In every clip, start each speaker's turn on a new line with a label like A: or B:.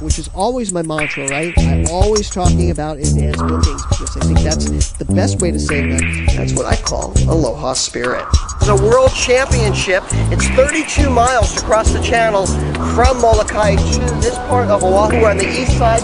A: which is always my mantra, right? I'm always talking about advanced bookings because I think that's the best way to save them. That's what I call aloha spirit.
B: The World Championship. It's 32 miles across the channel from Molokai to this part of Oahu on the east side.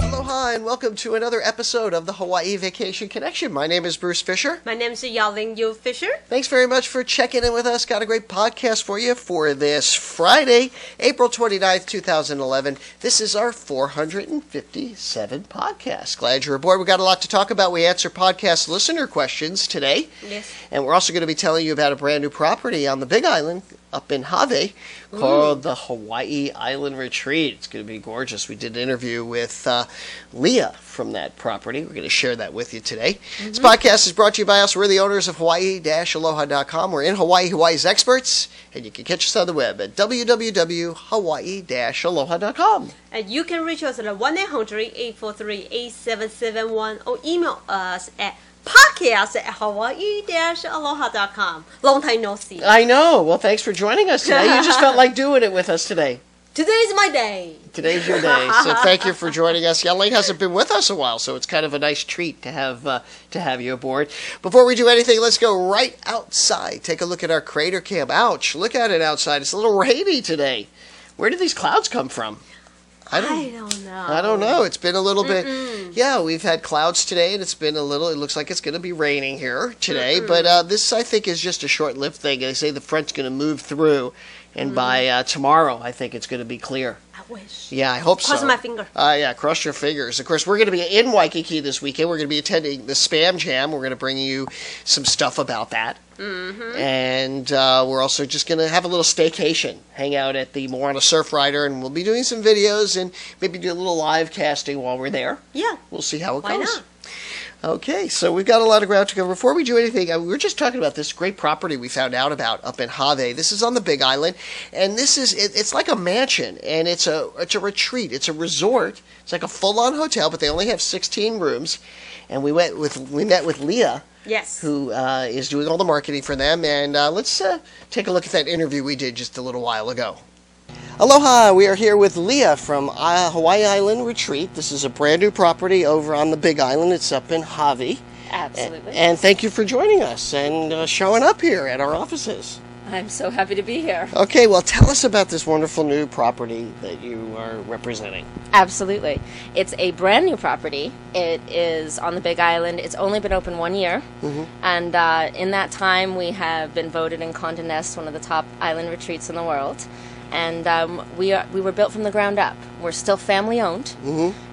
A: Aloha and welcome to another episode of the Hawaii Vacation Connection. My name is Bruce Fisher.
C: My name's Yaling Yu Fisher.
A: Thanks very much for checking in with us. Got a great podcast for you for this Friday, April 29th, 2011. This is our 457 podcast. Glad you're aboard. We got a lot to talk about. We answer podcast listener questions today.
C: Yes.
A: And we're also going to be telling you about a brand new property on the Big Island up in Have called the Hawaii Island Retreat. It's going to be gorgeous. We did an interview with uh, Leah from that property. We're going to share that with you today. This podcast is brought to you by us. We're the owners of Hawaii-Aloha.com. We're in Hawaii, Hawaii's experts, and you can catch us on the web at www.hawaii-aloha.com.
C: And you can reach us at 1 800 843 8771 or email us at podcast at hawaii aloha.com. Long time no see.
A: I know. Well, thanks for joining us today. You just felt like doing it with us today.
C: Today is my day.
A: Today's your day, so thank you for joining us. Yelling hasn't been with us a while, so it's kind of a nice treat to have uh, to have you aboard. Before we do anything, let's go right outside. Take a look at our crater cam. Ouch! Look at it outside. It's a little rainy today. Where did these clouds come from? I
C: I don't know.
A: I don't know. It's been a little bit. Yeah, we've had clouds today, and it's been a little. It looks like it's going to be raining here today. But uh, this, I think, is just a short-lived thing. They say the front's going to move through, and by uh, tomorrow, I think it's going to be clear.
C: I wish.
A: Yeah, I hope so.
C: Cross my finger.
A: Uh, yeah, cross your fingers. Of course, we're going to be in Waikiki this weekend. We're going to be attending the Spam Jam. We're going to bring you some stuff about that. Mm-hmm. And uh, we're also just going to have a little staycation, hang out at the Moana Surf Rider, and we'll be doing some videos and maybe do a little live casting while we're there.
C: Yeah.
A: We'll see how it
C: Why
A: goes.
C: not?
A: Okay, so we've got a lot of ground to cover. Before we do anything, uh, we were just talking about this great property we found out about up in Have. This is on the Big Island, and this is it, it's like a mansion, and it's a it's a retreat, it's a resort, it's like a full on hotel, but they only have sixteen rooms. And we went with we met with Leah,
C: Yes.
A: who uh, is doing all the marketing for them, and uh, let's uh, take a look at that interview we did just a little while ago. Aloha, we are here with Leah from uh, Hawaii Island Retreat. This is a brand new property over on the Big Island. It's up in Hawaii.
D: Absolutely.
A: And thank you for joining us and uh, showing up here at our offices.
D: I'm so happy to be here.
A: Okay, well, tell us about this wonderful new property that you are representing.
D: Absolutely. It's a brand new property. It is on the Big Island. It's only been open one year. And uh, in that time, we have been voted in Condé Nast one of the top island retreats in the world. And um, we, are, we were built from the ground up. We're still family owned.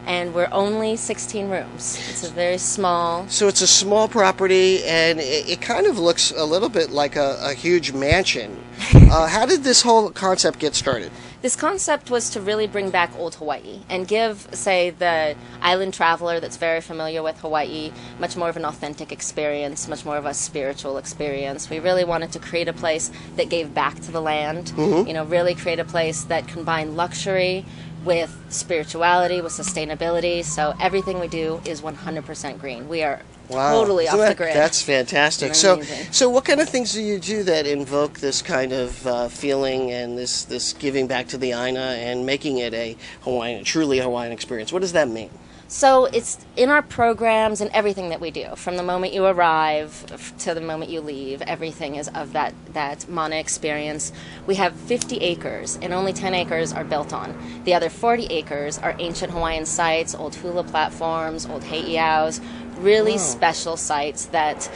D: And we're only 16 rooms. It's a very small.
A: So it's a small property, and it, it kind of looks a little bit like a, a huge mansion. uh, how did this whole concept get started?
D: This concept was to really bring back old Hawaii and give, say, the island traveler that's very familiar with Hawaii much more of an authentic experience, much more of a spiritual experience. We really wanted to create a place that gave back to the land,
A: Mm-hmm.
D: you know, really create a place that combined luxury with spirituality, with sustainability. So everything we do is 100% green. We are totally
A: Isn't
D: off the
A: that-
D: grid.
A: That's fantastic. So,
D: Amazing.
A: so what kind of things do you do that invoke this kind of uh, feeling and this this giving back to the Aina and making it a Hawaiian, truly Hawaiian experience? What does that mean?
D: So it's in our programs and everything that we do, from the moment you arrive f- to the moment you leave. Everything is of that that Mana experience. We have 50 acres, and only 10 acres are built on. The other 40 acres are ancient Hawaiian sites, old hula platforms, old heiaus, really special sites that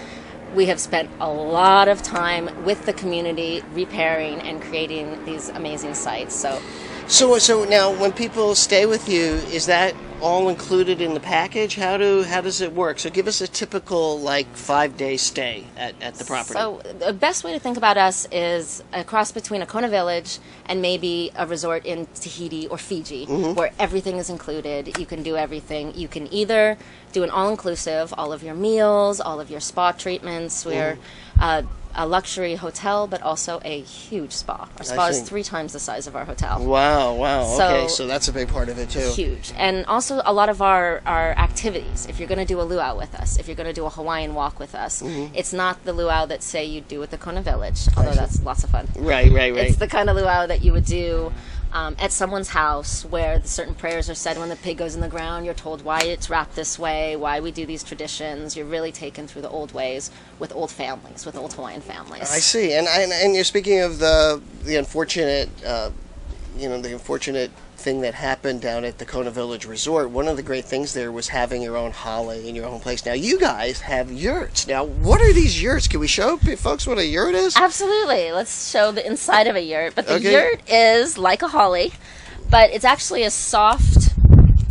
D: we have spent a lot of time with the community repairing and creating these amazing sites. So.
A: So, so now when people stay with you, is that all included in the package? How do how does it work? So, give us a typical like five day stay at, at the property.
D: So the best way to think about us is a cross between a Kona village and maybe a resort in Tahiti or Fiji,
A: Mm-hmm.
D: where everything is included. You can do everything. You can either do an all-inclusive, all of your meals, all of your spa
A: Mm-hmm.
D: treatments. We're uh, a luxury hotel, but also a huge spa. Our spa is
A: see.
D: three times the size of our hotel
A: wow, wow. okay,
D: So-
A: so that's a big part of it too.
D: huge and also a lot of our our activities. If you're going to do a luau with us, if you're going to do a Hawaiian walk with us,
A: Mm-hmm.
D: it's not the luau that say you do at the Kona Village, although that's lots of fun.
A: Right, right, right.
D: It's the kind of luau that you would do um, at someone's house where certain prayers are said when the pig goes in the ground. You're told why it's wrapped this way, why we do these traditions. You're really taken through the old ways with old families, with old Hawaiian families.
A: I see, and and, and you're speaking of the the unfortunate, uh, you know, the unfortunate thing that happened down at the Kona Village Resort. One of the great things there was having your own hale in your own place. Now you guys have yurts. Now what are these yurts? Can we show p- folks what a yurt is?
D: Absolutely. Let's show the inside of a yurt. But the
A: Okay.
D: yurt is like a holly, but it's actually a soft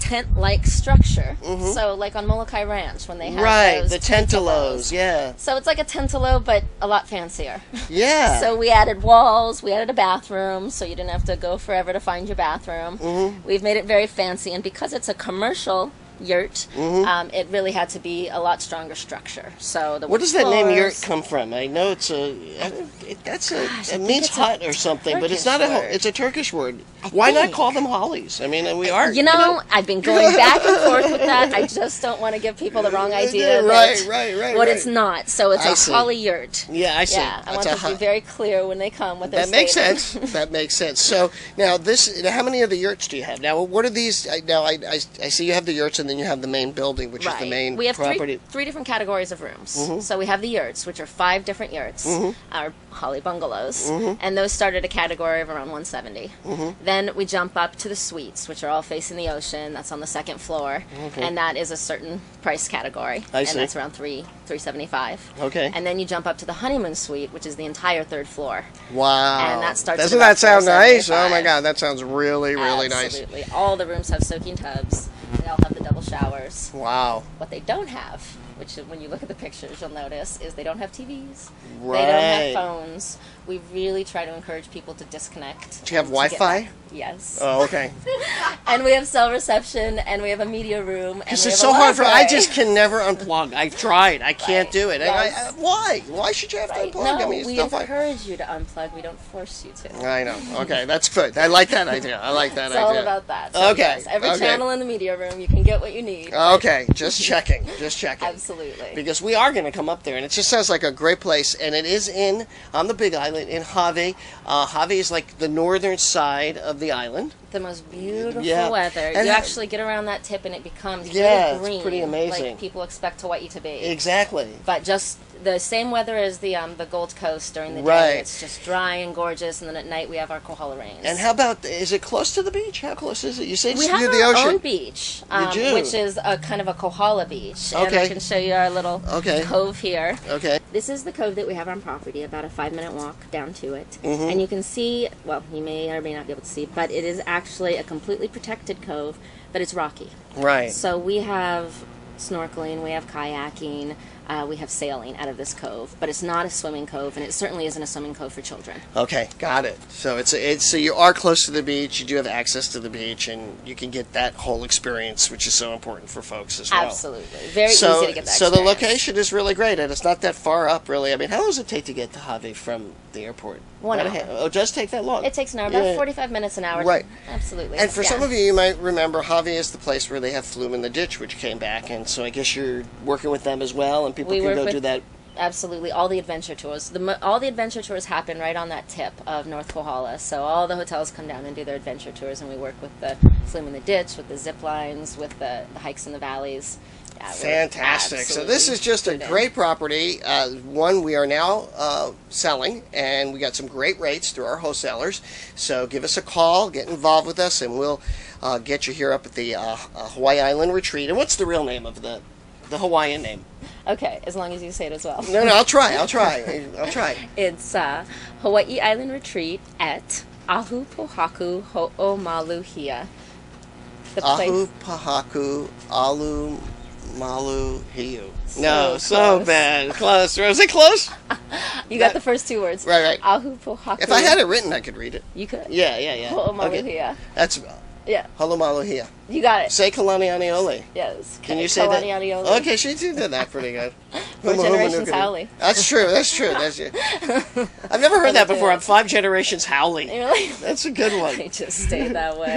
D: tent like structure. So, like on Molokai Ranch when they have
A: Mm-hmm. Right,
D: those
A: the tentelos. Yeah,
D: So it's like a tentalo, but a lot fancier.
A: yeah.
D: So we added walls, we added a bathroom, so you didn't have to go forever to find your bathroom.
A: Mm-hmm.
D: We've made it very fancy, and because it's a commercial yurt,
A: Mm-hmm.
D: um, it really had to be a lot stronger structure. So the
A: what does that name yurt
D: floors-
A: come from? I know it's a I- it, that's a it
D: think
A: means
D: it's a
A: hut or something, but it's not
D: Turkish
A: a ho-
D: word.
A: it's a Turkish word. Why not
D: think.
A: call them hollies? I mean, we are
D: You know, I've been going back and forth with that. I just don't want to give people the wrong idea. that
A: Right, right, right,
D: What
A: right.
D: it's not. So it's
A: I
D: a
A: see.
D: holly yurt.
A: Yeah, I see.
D: Yeah, I
A: It's
D: want
A: a
D: them to be
A: ho-
D: very clear when they come. What they're
A: That makes
D: stating.
A: sense. that makes sense. So now this, now how many of the yurts do you have? Now what are these? I- Now I, I, I see you have the yurts and then you have the main building, which is the main
D: we have
A: property. Mm-hmm.
D: Three, three different categories of rooms. So we have the yurts, which are five different yurts, our holly bungalows,
A: Mm-hmm.
D: and those start at a category of around 170. Then we jump up to the suites, which are all facing the ocean. That's on the second floor, and that is a certain price category,
A: I
D: and
A: see.
D: that's around three 375.
A: Okay.
D: And then you jump up to the honeymoon suite, which is the entire third floor.
A: Wow.
D: and that starts at
A: Doesn't
D: about
A: that sound nice? Oh
D: 475.
A: my God, that sounds really, really nice.
D: Absolutely, all the rooms have soaking tubs. They all have the double showers.
A: Wow.
D: What they don't have, which is when you look at the pictures, you'll notice, is they don't have TVs. They
A: Right.
D: don't have phones. We really try to encourage people to disconnect.
A: Do you have
D: and to get
A: Wi-Fi?
D: back. Yes.
A: Oh, okay.
D: And we have cell reception, and we have a media room. and
A: This
D: we
A: is so
D: have a
A: hard for. I
D: library.
A: just can never unplug. I've tried. I can't
D: Right.
A: do it. And I, I,
D: Yes.
A: why? Why should you have
D: Right.
A: to unplug?
D: No,
A: I mean, it's
D: we
A: stuff like.
D: encourage you to unplug. We don't force you to.
A: I know. Okay, that's good. I like that idea. I like that
D: It's
A: idea.
D: all about that. So
A: Okay,
D: yes, every
A: okay.
D: channel in the media room, you can get what you need.
A: Okay, just checking. Just checking.
D: Absolutely.
A: because we are going to come up there, and it just sounds like a great place. And it is in on the Big Island in Hawai'i. Uh, Hawai'i is like the northern side of the island.
D: the most beautiful
A: Yeah.
D: weather.
A: And
D: you
A: that-
D: actually get around that tip and it becomes
A: Yeah, it's
D: really green.
A: pretty amazing.
D: Like people expect Hawaii to be.
A: Exactly.
D: But just the same weather as the um, the Gold Coast during the
A: Right.
D: day. It's just dry and gorgeous, and then at night we have our Kohala rains.
A: And how about is it close to the beach? How close is it? You say it's
D: we
A: near
D: have
A: the
D: our
A: ocean.
D: own beach, um,
A: do?
D: which is a kind of a Kohala beach. And
A: Okay.
D: I can show you our little
A: Okay.
D: cove here.
A: Okay.
D: This is the cove that we have on property, about a five minute walk down to it.
A: Mm-hmm.
D: And you can see, well, you may or may not be able to see, but it is actually a completely protected cove, but it's rocky.
A: Right.
D: So we have snorkeling, we have kayaking, uh, we have sailing out of this cove, but it's not a swimming cove, and it certainly isn't a swimming cove for children.
A: Okay, got it. So it's it's so you are close to the beach. You do have access to the beach, and you can get that whole experience, which is so important for folks as well.
D: Absolutely. Very
A: so,
D: easy to get that
A: so the
D: experience.
A: location is really great, and it's not that far up, really. I mean, how long does it take to get to Javi from the airport?
D: One
A: About a
D: hour.
A: ha- Oh, it does take that long.
D: It takes an hour, about
A: Yeah.
D: 45 minutes an hour.
A: Right.
D: Absolutely.
A: And for
D: Yeah.
A: some of you, you might remember Javi is the place where they have Flume in the Ditch, which came back, and so I guess you're working with them as well, and people
D: We
A: can
D: work
A: go
D: with-
A: do that.
D: absolutely all the adventure tours the mo- all the adventure tours happen right on that tip of north kohala so all the hotels come down and do their adventure tours and we work with the flume in the ditch with the zip lines with the, the hikes in the valleys Yeah, we're
A: Fantastic. So this
D: absolutely
A: is just a
D: tuned in.
A: great property. Uh, one we are now uh, selling, and we got some great rates through our wholesalers. So give us a call, get involved with us, and we'll uh, get you here up at the uh, uh, Hawaii Island Retreat. And what's the real name of the the Hawaiian name?
D: okay as long as you say it as well
A: No, no, I'll try. I'll try. I'll try.
D: it's uh, hawaii island retreat at ahu pohaku ho'omaluhia the
A: Ahu
D: place
A: Pahaku Alu Malu Hiu. No,
D: So
A: so
D: close.
A: bad. Close. Was it close?
D: you got the first two words
A: Right, right.
D: ahu pohaku
A: If I had it written, I could read it.
D: you could
A: Yeah, yeah, yeah.
D: ho'omaluhia
A: That's
D: yeah
A: Holomaluhia.
D: you got it
A: Say Kalani Aniole.
D: Yes.
A: Can
D: Ka-
A: you say that?
D: Kalani Alioli.
A: Okay, she did that pretty good.
D: Four
A: Huma, huma,
D: generations
A: nuka, nuka.
D: howling.
A: That's true. That's true. That's it. I've never heard that
D: uh,
A: before. I'm five generations howling.
D: You're like,
A: That's a good
D: they
A: one.
D: just stay that way.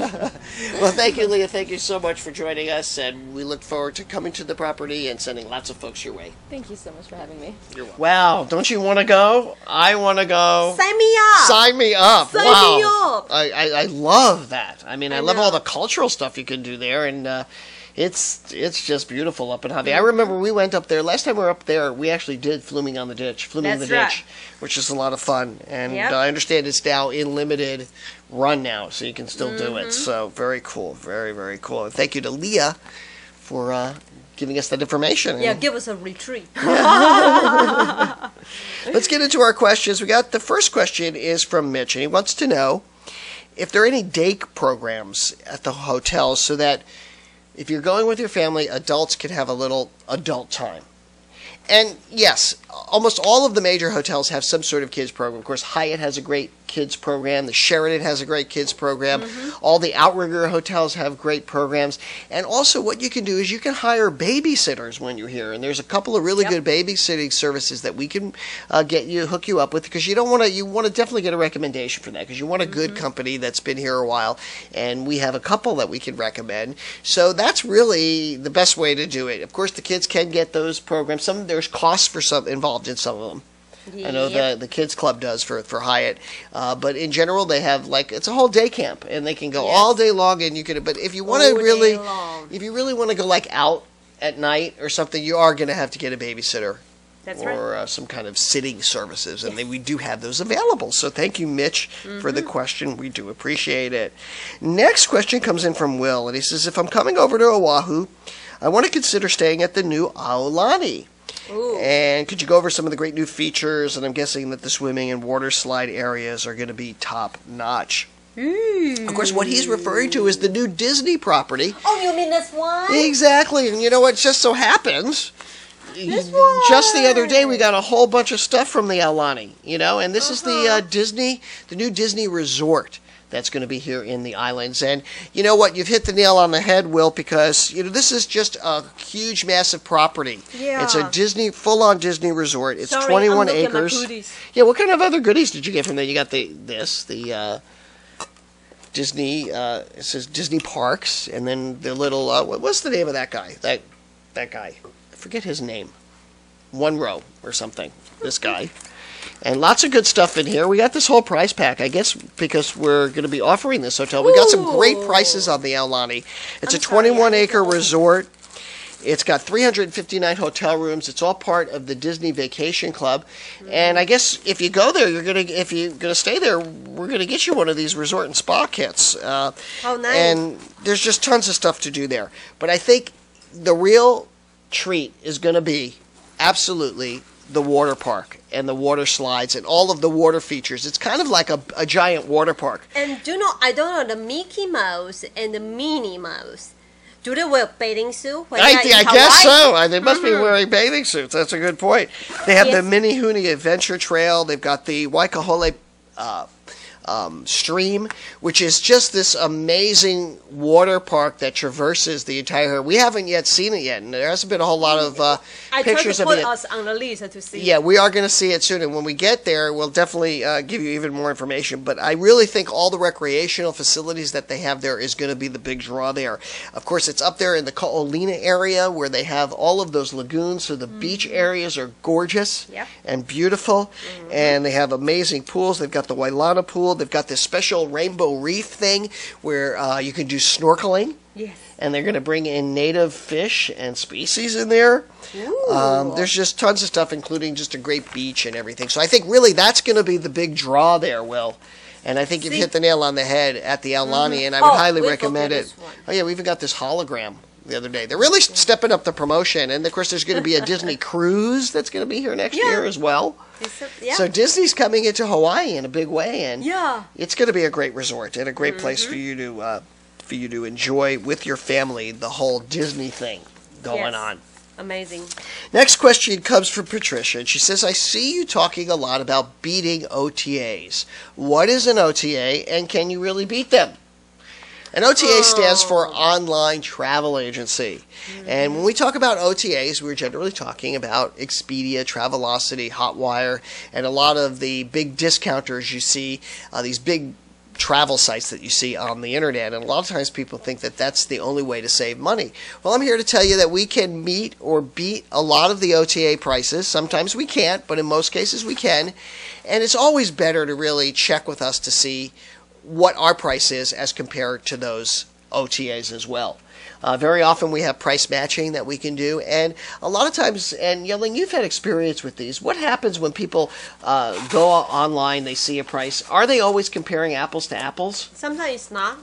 A: Well, thank you, Leah. Thank you so much for joining us, and we look forward to coming to the property and sending lots of folks your way.
D: Thank you so much for having me.
A: Wow, don't you want to go? I want to go.
C: Sign me up.
A: Sign me up.
C: Sign
A: wow.
C: me up.
A: I, I, I love that. I mean, I,
C: I
A: love
C: know.
A: all the cultural stuff you can do there. And uh, it's it's just beautiful up in Javi. I remember we went up there. Last time we were up there, we actually did Fluming on the Ditch, Fluming
C: That's
A: the
C: right.
A: Ditch, which is a lot of fun. And
C: Yep.
A: uh, I understand it's now in limited run now, so you can still do
C: Mm-hmm.
A: it. So very cool. Very, very cool. And thank you to Leah for uh, giving us that information.
C: yeah,
A: And-
C: give us a retreat.
A: Let's get into our questions. We got the first question is from Mitch, and he wants to know if there are any day programs at the hotels so that if you're going with your family, adults can have a little adult time. And yes, almost all of the major hotels have some sort of kids program. Of course, Hyatt has a great kids program. The Sheraton has a great kids program. All the Outrigger hotels have great programs. And also, what you can do is you can hire babysitters when you're here. And there's a couple of really
C: Yep.
A: good babysitting services that we can uh, get you hook you up with because you don't want to you want to definitely get a recommendation for that because you want a good company that's been here a while. And we have a couple that we can recommend. So that's really the best way to do it. Of course, the kids can get those programs. Some there's costs for some involved in some of them. I know
C: Yep.
A: the the kids club does for for Hyatt, uh, but in general they have like it's a whole day camp and they can go all day long and you can. But if you want to
C: All day
A: really,
C: long.
A: if you really want to go like out at night or something, you are going to have to get a babysitter
C: That's right.
A: or uh, some kind of sitting services, and then we do have those available. So thank you, Mitch, for
C: Mm-hmm.
A: the question. We do appreciate it. Next question comes in from Will, and he says, "If I'm coming over to Oahu, I want to consider staying at the new Aulani."
C: Ooh.
A: And could you go over some of the great new features? And I'm guessing that the swimming and water slide areas are going to be top notch.
C: Mm.
A: Of course, what he's referring to is the new Disney property.
C: Oh, you mean this one?
A: Exactly. And you know what? Just so happens. Just the other day, we got a whole bunch of stuff from the Aulani, you know, and this is the
C: Uh-huh.
A: uh, Disney, the new Disney resort that's going to be here in the islands. And you know what? You've hit the nail on the head, Will, because you know this is just a huge, massive property. It's a
C: Yeah.
A: Disney, full-on Disney resort. It's
C: Sorry, I'm
A: 21
C: looking at my
A: acres.
C: booties.
A: yeah. What kind of other goodies did you get from there? You got the this, the. Uh, Disney. Uh, it says Disney Parks, and then the little. Uh, what- what's the name of that guy? That that guy. I forget his name. One row or something. This guy. And lots of good stuff in here. We got this whole price pack, I guess, because we're going to be offering this hotel. We got some great prices on the Aulani. It's a
C: I'm sorry, I
A: 21 acre
C: didn't-
A: resort. It's got 359 hotel rooms. It's all part of the Disney Vacation Club, and I guess if you go there, you're gonna if you're gonna stay there, we're gonna get you one of these resort and spa kits. Uh,
C: Oh, nice.
A: And there's just tons of stuff to do there. But I think the real treat is gonna be absolutely the water park and the water slides and all of the water features. It's kind of like a, a giant water park.
C: And do you know, I don't know, the Mickey Mouse and the Minnie Mouse, do they wear bathing suit? when
A: I,
C: they're
A: thi- I
C: in
A: guess
C: Hawaii? Mm-hmm.
A: so. I, they must be wearing bathing suits. That's a good point. They have the
C: Yes.
A: Minnehune Adventure Trail. They've got the Waikahole uh, um, Stream, which is just this amazing water park that traverses the entire. We haven't yet seen it yet, and there hasn't been a whole lot of uh,
C: I tried
A: pictures
C: to
A: of
C: put
A: it.
C: us on the list to see.
A: Yeah, we are going to see it soon, and when we get there, we'll definitely uh, give you even more information. But I really think all the recreational facilities that they have there is going to be the big draw there. Of course, it's up there in the Kaolina area where they have all of those lagoons, so the beach areas are gorgeous
C: Mm-hmm. Yep. Mm-hmm.
A: and beautiful, and they have amazing pools. They've got the Wailana pool. They've got this special rainbow reef thing where uh, you can do snorkeling
C: Yes.
A: and they're going to bring in native fish and species in there. Um, there's just tons of stuff, including just a great beach and everything. So I think really that's going to be the big draw there, Will. And I think you've
C: See-
A: hit the nail on the head at the Aulani, and I would
C: Oh,
A: highly
C: we've
A: recommend
C: looked
A: it.
C: at this one.
A: Oh yeah, we even got this hologram the other day. They're really stepping up the promotion, and of course, there's going to be a Disney cruise that's going to be here next
C: Yeah.
A: year as well.
C: It's a- yeah.
A: So Disney's coming into Hawaii in a big way, and
C: yeah. Mm-hmm.
A: it's going to be a great resort and a great place for you to uh, for you to enjoy with your family the whole Disney thing going
C: Yes.
A: on.
C: Amazing.
A: Next question comes from Patricia, and she says, "I see you talking a lot about beating OTAs. What is an OTA, and can you really beat them?" And OTA stands for Online Travel Agency. And when we talk about OTAs, we're generally talking about Expedia, Travelocity, Hotwire, and a lot of the big discounters you see, uh, these big travel sites that you see on the internet. And a lot of times people think that that's the only way to save money. Well, I'm here to tell you that we can meet or beat a lot of the OTA prices. Sometimes we can't, but in most cases we can. And it's always better to really check with us to see what our price is as compared to those OTAs as well. Uh, very often we have price matching that we can do, and a lot of times, and Yelling, you've had experience with these. What happens when people uh, go online, they see a price? Are they always comparing apples to apples?
C: Sometimes it's not.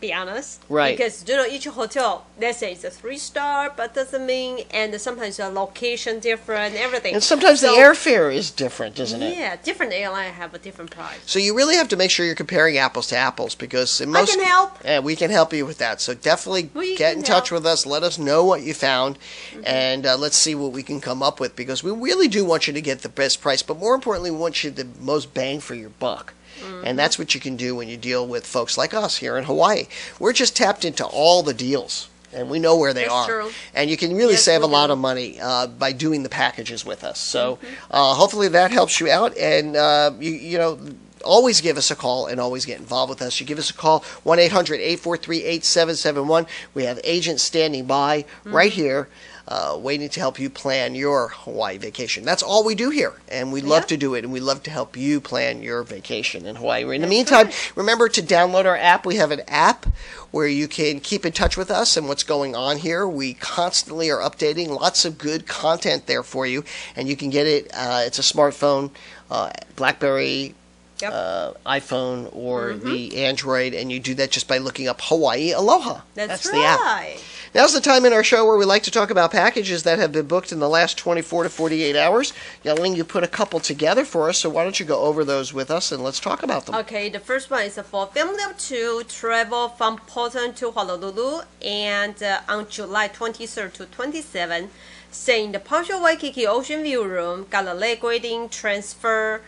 C: Be honest,
A: Right.
C: Because you know each hotel, let's say it's a three star, but doesn't mean, and sometimes the location different, everything.
A: And sometimes
C: So-
A: the airfare is different, isn't it?
C: Yeah, different airline have a different price.
A: So you really have to make sure you're comparing apples to apples because in
C: I
A: most
C: can help.
A: Yeah, we can help you with that. So definitely
C: We
A: get
C: can
A: in touch
C: help. Mm-hmm.
A: with us. Let us know what you found, and uh, let's see what we can come up with because we really do want you to get the best price, but more importantly, we want you the most bang for your buck.
C: Mm-hmm.
A: And that's what you can do when you deal with folks like us here in Hawaii. We're just tapped into all the deals, and we know where they
C: That's
A: are.
C: true.
A: And you can really
C: Yes,
A: save a
C: we
A: lot
C: do.
A: of money uh, by doing the packages with us. So
C: Mm-hmm.
A: uh, hopefully that helps you out. And uh, you, you know, always give us a call and always get involved with us. You give us a call 1 800 843 8771. We have agents standing by right here. Uh, waiting to help you plan your Hawaii vacation. That's all we do here, and we love
C: Yeah.
A: to do it, and we love to help you plan your vacation in Hawaii. In the meantime, remember to download our app. We have an app where you can keep in touch with us and what's going on here. We constantly are updating lots of good content there for you, and you can get it. Uh, it's a smartphone, uh, BlackBerry,
C: Yep. Mm-hmm.
A: uh, iPhone, or the Android, and you do that just by looking up Hawaii Aloha.
C: That's,
A: the app.
C: right.
A: Now's the time in our show where we like to talk about packages that have been booked in the last 24 to 48 hours. Yelling, you put a couple together for us, so why don't you go over those with us and let's talk about them?
C: Okay, the first one is for family of two travel from Portland to Honolulu and uh, on July 23rd to 27th, stay in the partial Waikiki Ocean View Room, Galileo Grading, Transfer,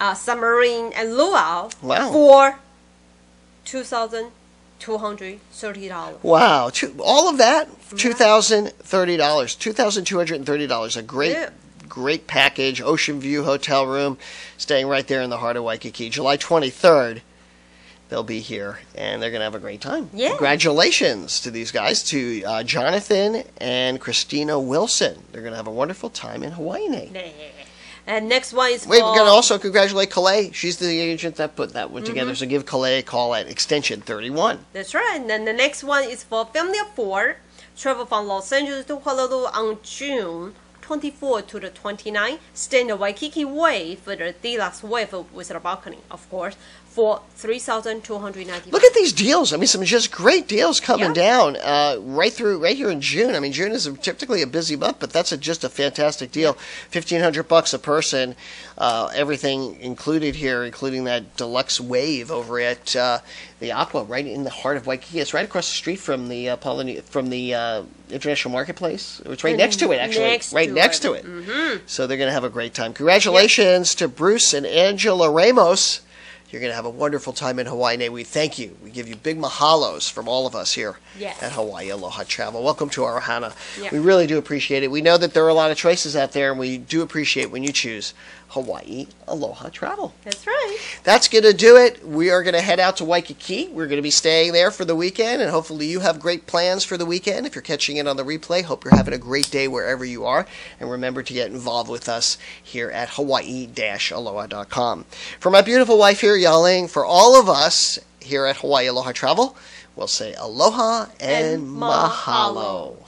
C: uh, Submarine, and Luau
A: Wow.
C: for $2,230.
A: Wow, two, all of that two thousand thirty dollars, two thousand two hundred and thirty dollars. A great,
C: Yeah.
A: great package. Ocean View hotel room, staying right there in the heart of Waikiki. July twenty third, they'll be here, and they're gonna have a great time.
C: Yeah.
A: Congratulations to these guys, to uh, Jonathan and Christina Wilson. They're gonna have a wonderful time in Hawaii.
C: And next one is
A: Wait,
C: for,
A: we're gonna also congratulate Calais. She's the agent that put that one
C: Mm-hmm.
A: together. So give Calais a call at extension thirty one.
C: That's right. And then the next one is for family of four. Travel from Los Angeles to Honolulu on June 24 to the 29th. Stay in the Waikiki Way for the deluxe wave with a balcony, of course, for 3290
A: Look at these deals. I mean, some just great deals coming
C: Yeah.
A: down uh, right through right here in June. I mean, June is typically a busy month, but that's a, just a fantastic deal. Fifteen hundred bucks a person, uh, everything included here, including that deluxe wave over at uh, the Aqua, right in the heart of Waikiki. It's right across the street from the uh, Polyne- from the uh, International Marketplace. It's right next to it, actually,
C: Next
A: right
C: to
A: next
C: it.
A: to it. Mm-hmm. So they're going to have a great time. Congratulations to Bruce and Angela Ramos. You're going to have a wonderful time in Hawaii. And We thank you. We give you big mahalos from all of us here
C: Yes.
A: at Hawaii Aloha Travel. Welcome to our Ohana.
C: Yeah.
A: We really do appreciate it. We know that there are a lot of choices out there, and we do appreciate when you choose Hawaii Aloha Travel.
C: That's right.
A: That's going to do it. We are going to head out to Waikiki. We're going to be staying there for the weekend, and hopefully, you have great plans for the weekend. If you're catching it on the replay, hope you're having a great day wherever you are. And remember to get involved with us here at hawaii aloha.com. For my beautiful wife here, Yaling, for all of us here at Hawaii Aloha Travel, we'll say aloha and,
C: And mahalo.
A: mahalo.